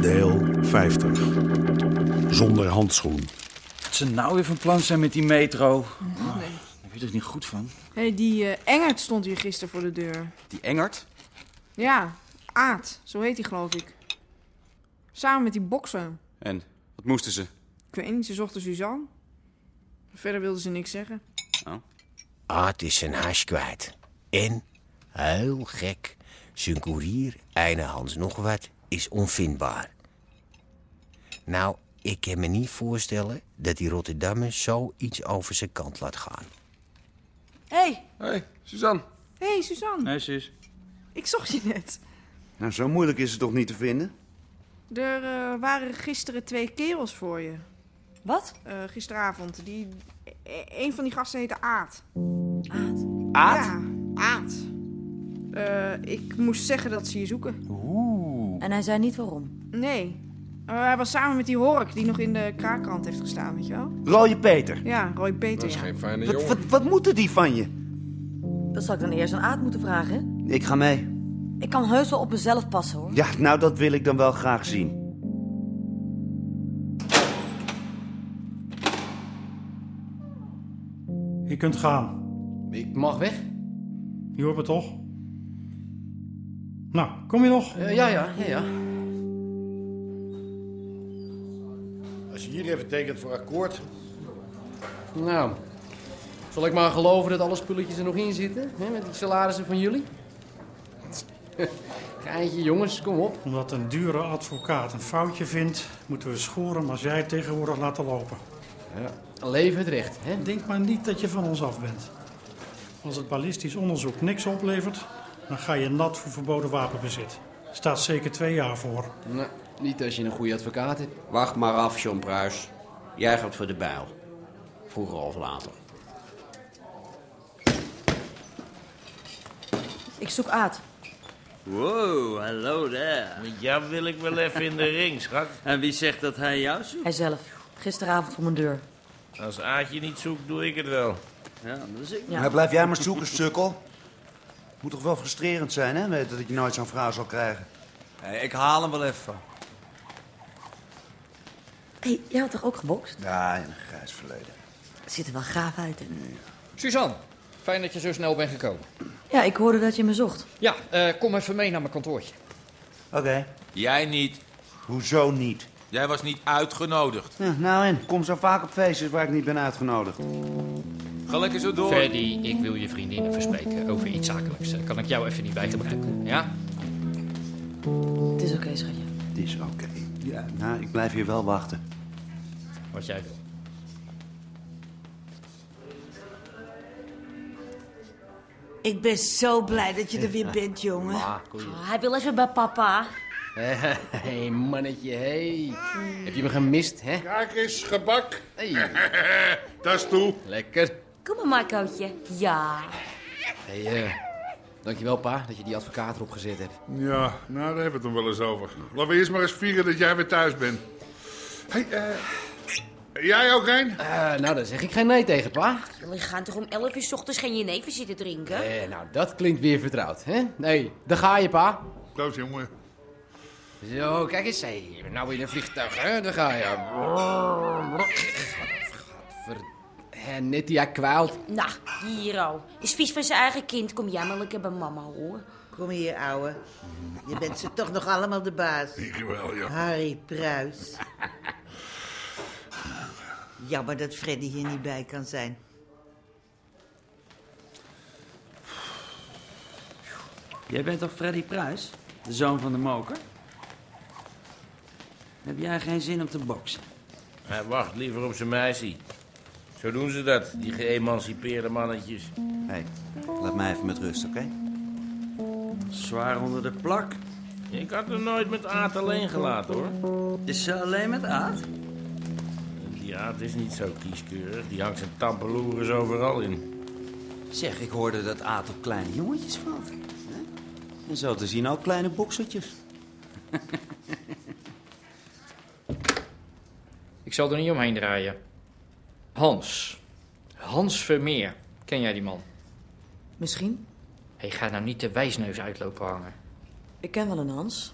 Deel 50. Zonder handschoen. Wat ze nou weer van plan zijn met die metro. Ah, daar weet ik niet goed van. Hé, die eh, Engert stond hier gisteren voor de deur. Die Engert? Ja, Aad, zo heet hij geloof ik. Samen met die boksen. En? Wat moesten ze? Ik weet niet, ze zochten Suzanne. Verder wilden ze niks zeggen. Aad is zijn hash kwijt. En, heel gek, zijn koerier, Eine Hans nog wat, is onvindbaar. Nou, ik kan me niet voorstellen dat die Rotterdammer zoiets over zijn kant laat gaan. Hé, hey. Hé, Suzanne. hey, Suzanne, Nee, Suus. ik zocht je net. Nou, zo moeilijk is het toch niet te vinden? Er eh, waren gisteren twee kerels voor je. Wat? Eh, gisteravond. Die, e- een van die gasten heette Aad. Aad? Ja, Aad. Eh, ik moest zeggen dat ze je zoeken. En hij zei niet waarom. Nee. Eh, hij was samen met die Hork die nog in de kraakrand heeft gestaan, weet je wel? Rooie Peter, Ja, Roy Peter. ja. wat, wat, wat moeten die van je? Dat zal ik dan eerst aan Aad moeten vragen. hè? Ik ga mee. Ik kan heus wel op mezelf passen hoor. Ja, nou dat wil ik dan wel graag zien. Je kunt gaan. Ik mag weg? Je hoort me toch? Nou, kom je nog? Eh, ja, ja, ja, ja. Als je hier even tekent voor akkoord. Nou, zal ik maar geloven dat alle spulletjes er nog in zitten? Hè, met die salarissen van jullie? Geintje, jongens, kom op. Omdat een dure advocaat een foutje vindt, moeten we schoren maar zij tegenwoordig laten lopen. Leven het recht, hè? Denk maar niet dat je van ons af bent. Als het ballistisch onderzoek niks oplevert, dan ga je nat voor verboden wapenbezit. Staat zeker twee jaar voor. Nou, niet als je een goede advocaat hebt. Wacht maar af, John Pruis. Jij gaat voor de bijl. Vroeger of later. Ik zoek Aad. Wow, hallo daar. Met jou wil ik wel even in de ring, schat. En wie zegt dat hij jou zoekt? Hijzelf. Gisteravond voor mijn deur. Als Aadje niet zoekt, doe ik het wel. Ja, dat is ik. Ja. Maar blijf jij maar zoeken, sukkel. Moet toch wel frustrerend zijn, hè? Weten dat je nooit zo'n vrouw zal krijgen. ik haal hem wel even. Hé, jij had toch ook gebokst? Ja, in een grijs verleden. Ziet er wel gaaf uit. hè? Suzanne, fijn dat je zo snel bent gekomen. Ja, ik hoorde dat je me zocht. Ja, eh, kom even mee naar mijn kantoortje. Oké, Jij niet. hoezo niet? Jij was niet uitgenodigd. Ja, nou en, kom zo vaak op feestjes waar ik niet ben uitgenodigd. Ga lekker zo door. Freddy, ik wil je vriendinnen verspreken over iets zakelijks. Daar kan ik jou even niet bij gebruiken, ja? Het is oké, schatje. Het is oké. Ja, nou, ik blijf hier wel wachten. Wat jij wil. Ik ben zo blij dat je er weer bent, jongen. Oh, hij wil even bij papa. Hé, hey, mannetje, hé. Heb je me gemist, hè? Kijk eens, gebak. Hey, Dat is toe. lekker. Kom maar, Marcootje. Ja. Hé, eh, dankjewel pa, dat je die advocaat erop gezet hebt. Ja, nou, daar hebben we het nog wel eens over. Laten we eerst maar eens vieren dat jij weer thuis bent. Hé, hey, eh, jij ook heen? Eh, nou, daar zeg ik geen nee tegen, pa. Jullie gaan toch om 11 uur 's ochtends geen jenever zitten drinken? Eh, nou, dat klinkt weer vertrouwd, hè? Nee, daar ga je, pa. Proost, jongen. Zo, kijk eens, hé. Nou in een vliegtuig, hè? Daar ga je. Gadver- Hè, Net die hij kwijlt. Nou, Hiro. Is vies van zijn eigen kind. Kom jij maar lekker bij mama, hoor. Kom hier, ouwe. Je bent ze toch nog allemaal de baas. Ik wel, ja. Harry Pruis. Jammer dat Freddy hier niet bij kan zijn. Jij bent toch Freddy Pruis? De zoon van de moker? Heb jij geen zin om te boksen? Hij Eh, wacht liever op zijn meisje. Zo doen ze dat, die geëmancipeerde mannetjes. Hé, laat mij even met rust, oké? Zwaar onder de plak. Ik had hem nooit met Aad alleen gelaten, hoor. Is ze alleen met Aad? Die Aad is niet zo kieskeurig. Die hangt zijn tampeloeres overal in. Zeg, ik hoorde dat Aad op kleine jongetjes valt. hè? En zo te zien ook kleine boksertjes. Ik zal er niet omheen draaien. Hans. Hans Vermeer. Ken jij die man? Misschien. Hij gaat nou niet de wijsneus uitlopen hangen. Ik ken wel een Hans.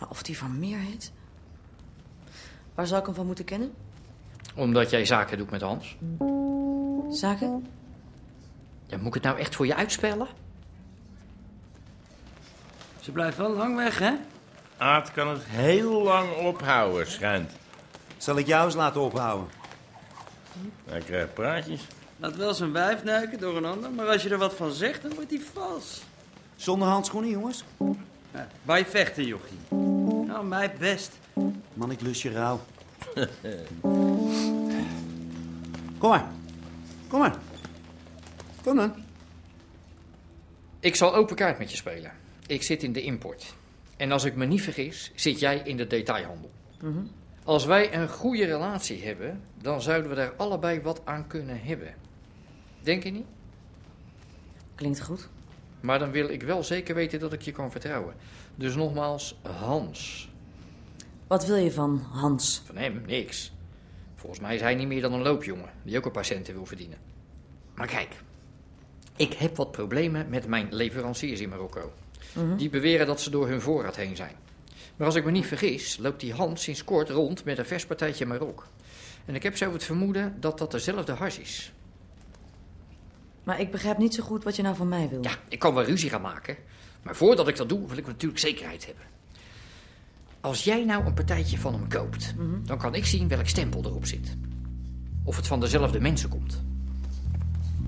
Maar of die van Meer heet? Waar zou ik hem van moeten kennen? Omdat jij zaken doet met Hans. Zaken? Ja, moet ik het nou echt voor je uitspellen? Ze blijft wel lang weg, hè? Aad kan het heel lang ophouden, schijnt. Zal ik jou eens laten ophouden? Hij krijgt praatjes. Laat wel zijn wijf neuken door een ander, maar als je er wat van zegt, dan wordt hij vals. Zonder handschoenen, jongens? Ja, bij vechten, jochie. Nou, mij best. Man, ik lust je rauw. Kom maar. Kom maar. Kom dan. Ik zal open kaart met je spelen. Ik zit in de import. En als ik me niet vergis, zit jij in de detailhandel. Mhm. Als wij een goede relatie hebben, dan zouden we daar allebei wat aan kunnen hebben. Denk je niet? Klinkt goed. Maar dan wil ik wel zeker weten dat ik je kan vertrouwen. Dus nogmaals, Hans. Wat wil je van Hans? Van hem niks. Volgens mij is hij niet meer dan een loopjongen die ook een paar centen wil verdienen. Maar kijk, ik heb wat problemen met mijn leveranciers in Marokko. Die beweren dat ze door hun voorraad heen zijn. Maar als ik me niet vergis, loopt die Hans sinds kort rond met een vers partijtje Marok. En ik heb zo het vermoeden dat dat dezelfde hars is. Maar ik begrijp niet zo goed wat je nou van mij wil. Ja, ik kan wel ruzie gaan maken. Maar voordat ik dat doe, wil ik natuurlijk zekerheid hebben. Als jij nou een partijtje van hem koopt, Mhm. dan kan ik zien welk stempel erop zit. Of het van dezelfde mensen komt.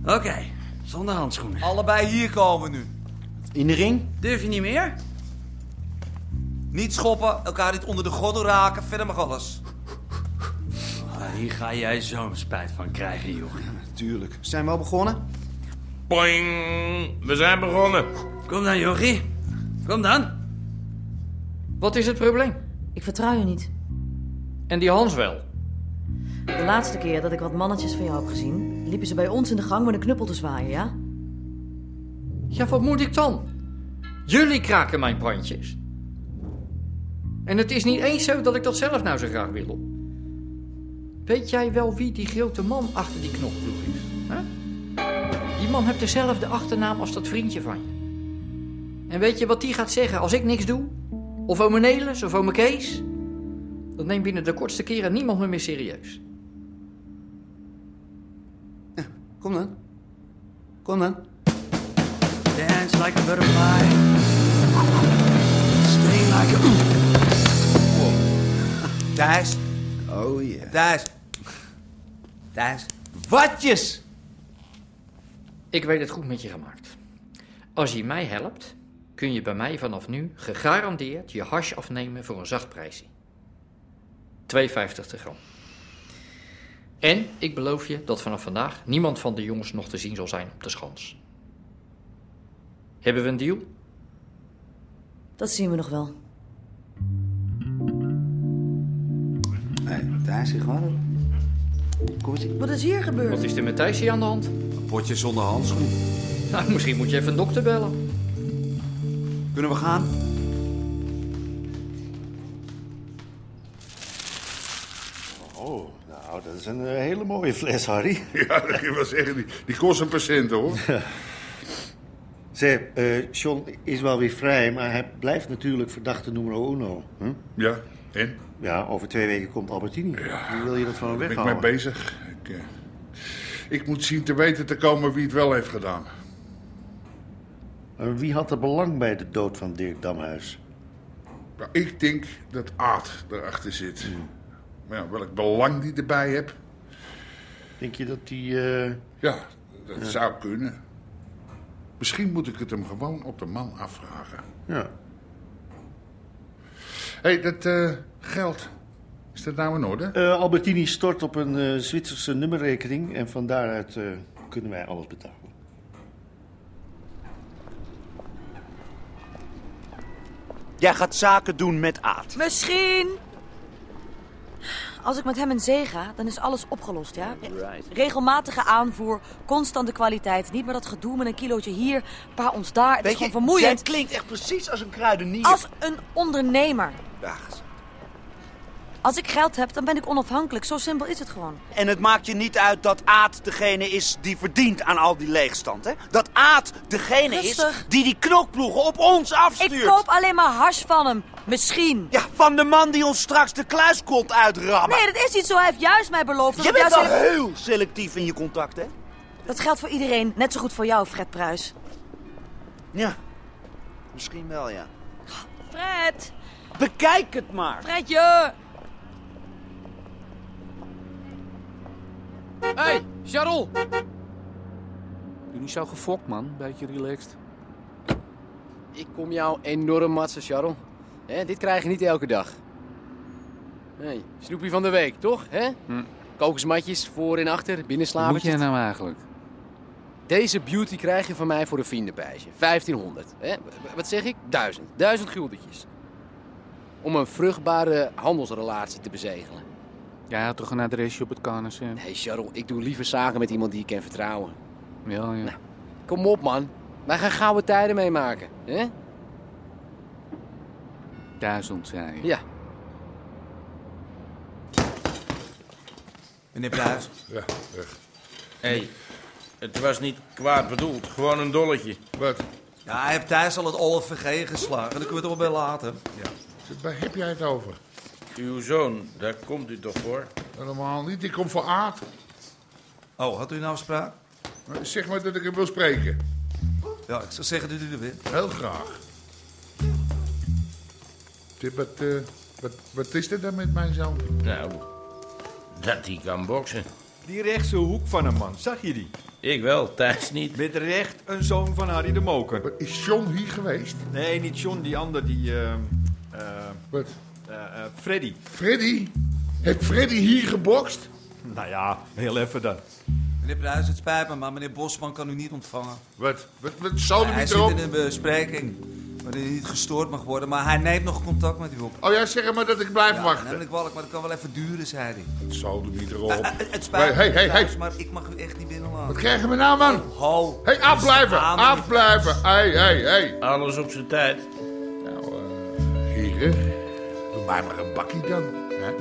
Oké, zonder handschoenen. Allebei hier komen nu. In de ring? Durf je niet meer? Niet schoppen, elkaar niet onder de gordel raken, verder mag alles. Ah, hier ga jij zo'n spijt van krijgen, jochie. Tuurlijk. Zijn we al begonnen? Boing! We zijn begonnen. Kom dan, jochie. Kom dan. Wat is het probleem? Ik vertrouw je niet. En die Hans wel? De laatste keer dat ik wat mannetjes van jou heb gezien, liepen ze bij ons in de gang met een knuppel te zwaaien, ja? Ja, wat moet ik dan? Jullie kraken mijn pandjes. En het is niet eens zo dat ik dat zelf nou zo graag wil. Weet jij wel wie die grote man achter die knopploeg is? Hè? Die man heeft dezelfde achternaam als dat vriendje van je. En weet je wat die gaat zeggen als ik niks doe? Of ome Nelis of ome Kees? Dat neemt binnen de kortste keren niemand me meer serieus. Kom dan. Kom dan. Dance like a butterfly. Sting like a... Thijs. Oh ja. Thijs. Thijs. Watjes! Ik weet het goed met je gemaakt. Als je mij helpt, kun je bij mij vanaf nu gegarandeerd je hash afnemen voor een zacht prijsje. 2,50 te gram. En ik beloof je dat vanaf vandaag niemand van de jongens nog te zien zal zijn op de schans. Hebben we een deal? Dat zien we nog wel. Nee, Thijs, zeg maar. Kom eens. Wat is hier gebeurd? Wat is er met Thijs hier aan de hand? Een potje zonder handschoen. Nou, misschien moet je even een dokter bellen. Kunnen we gaan? Oh, nou, dat is een eh, hele mooie fles, Harry. Ja, dat kun je wel zeggen. Die, die kost een patiënt, hoor. Zeg, eh, John is wel weer vrij, maar hij blijft natuurlijk verdachte nummer uno. Hm? Ja, en? Ja, over twee weken komt Albertini. Hoe wil je dat van hem Daar ben ik mee weghouden? bezig. Ik, eh, ik moet zien te weten te komen wie het wel heeft gedaan. Eh, wie had er belang bij de dood van Dirk Damhuis? Maar ik denk dat Aad erachter zit. Maar ja, welk belang die erbij heb. Denk je dat die... eh, Ja, dat zou kunnen. Misschien moet ik het hem gewoon op de man afvragen. Ja. Hé, hey, dat eh, geld. Is dat nou in orde? Eh, Albertini stort op een eh, Zwitserse nummerrekening en van daaruit eh, kunnen wij alles betalen. Jij gaat zaken doen met Aad. Misschien. Als ik met hem in zee ga, dan is alles opgelost, ja? Regelmatige aanvoer, constante kwaliteit. Niet meer dat gedoe met een kilootje hier, een paar ons daar. Het is gewoon vermoeiend. jij klinkt echt precies als een kruidenier. Als een ondernemer. Dag. Als ik geld heb, dan ben ik onafhankelijk. Zo simpel is het gewoon. En het maakt je niet uit dat Aad degene is die verdient aan al die leegstand, hè? Dat Aad degene is Rustig. die die knokploegen op ons afstuurt. Ik koop alleen maar hash van hem. Misschien. Ja, van de man die ons straks de kluis komt uitrammen. Nee, dat is niet zo. Hij heeft juist mij beloofd. dat je ik bent wel juist hele- heel selectief in je contact, hè? Dat geldt voor iedereen. Net zo goed voor jou, Fred Pruis. Ja, misschien wel, ja. Fred! Bekijk het maar. Fredje! Hé, hey, Charol! Doe niet zo gefokt, man. Beetje relaxed. Ik kom jou enorm matsen, Charol. Hè, dit krijg je niet elke dag. Hey, snoepie van de week, toch? Hè? Kokosmatjes, voor en achter, binnenslapertjes. Moet jij nou eigenlijk? Deze beauty krijg je van mij voor een vriendenprijsje. 1500. Hè? W- Wat zeg ik? 1000. 1000 guldetjes. Om een vruchtbare handelsrelatie te bezegelen. Jij had toch een adresje op het Canis, hè? Nee, Charol, ik doe liever zaken met iemand die ik kan vertrouwen. Ja, ja. Kom op, man. Wij gaan gouden tijden meemaken. Hè? Duizend, zei je. Ja. Meneer Bluis. Ja, weg. Hé, het was niet kwaad bedoeld. Gewoon een dolletje. Wat? Ja, hij heeft thuis al het OLVG geslagen. Daar kunnen we het wel bij laten. Ja. Waar heb jij het over? Uw zoon, daar komt u toch voor? Helemaal niet. Ik kom voor Aad. Oh, had u een afspraak? Zeg maar dat ik hem wil spreken. Ja, ik zou zeggen dat u er bent. Heel graag. Tip, wat, eh, wat, wat is er dan met mijn zoon? Nou, dat hij kan boksen. Die rechtse hoek van hem, man. Zag je die? Ik wel, Thijs niet. Met recht een zoon van Harry de Moker. is John hier geweest? Nee, niet John, die ander, die... eh, eh, Wat? eh, eh, Freddy. Freddy? Heeft Freddy hier gebokst? Nou ja, heel even dan. Meneer Bluis, het spijt me, maar meneer Bosman kan u niet ontvangen. Wat? Wat, wat zou Hij zit in een bespreking waarin hij niet gestoord mag worden, maar hij neemt nog contact met u op. Oh ja, zeg maar dat ik blijf Ja, wachten. neem me niet kwalijk, maar dat kan wel even duren, zei hij. Eh, Het zou er niet erop. Het spijt me, Hey, hey, hey, Bluis, hey. maar ik mag u echt niet binnenlaten. Wat krijgen we nou, man? Ho. Hé, hey, afblijven! Aan- Afblijven! Hé, hé, hé. Alles op zijn tijd. Nou, eh, heren, doe mij maar een bakkie dan. Hè?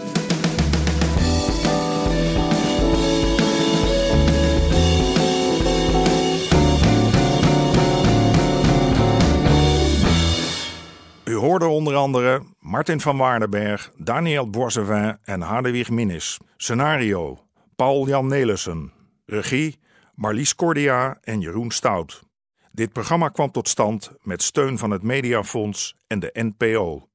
U hoorde onder andere Martin van Waardenberg, Daniel Boisevin en Hadewig Minnis. Scenario: Paul-Jan Nelissen. Regie: Marlies Cordia en Jeroen Stout. Dit programma kwam tot stand met steun van het Mediafonds en de NPO.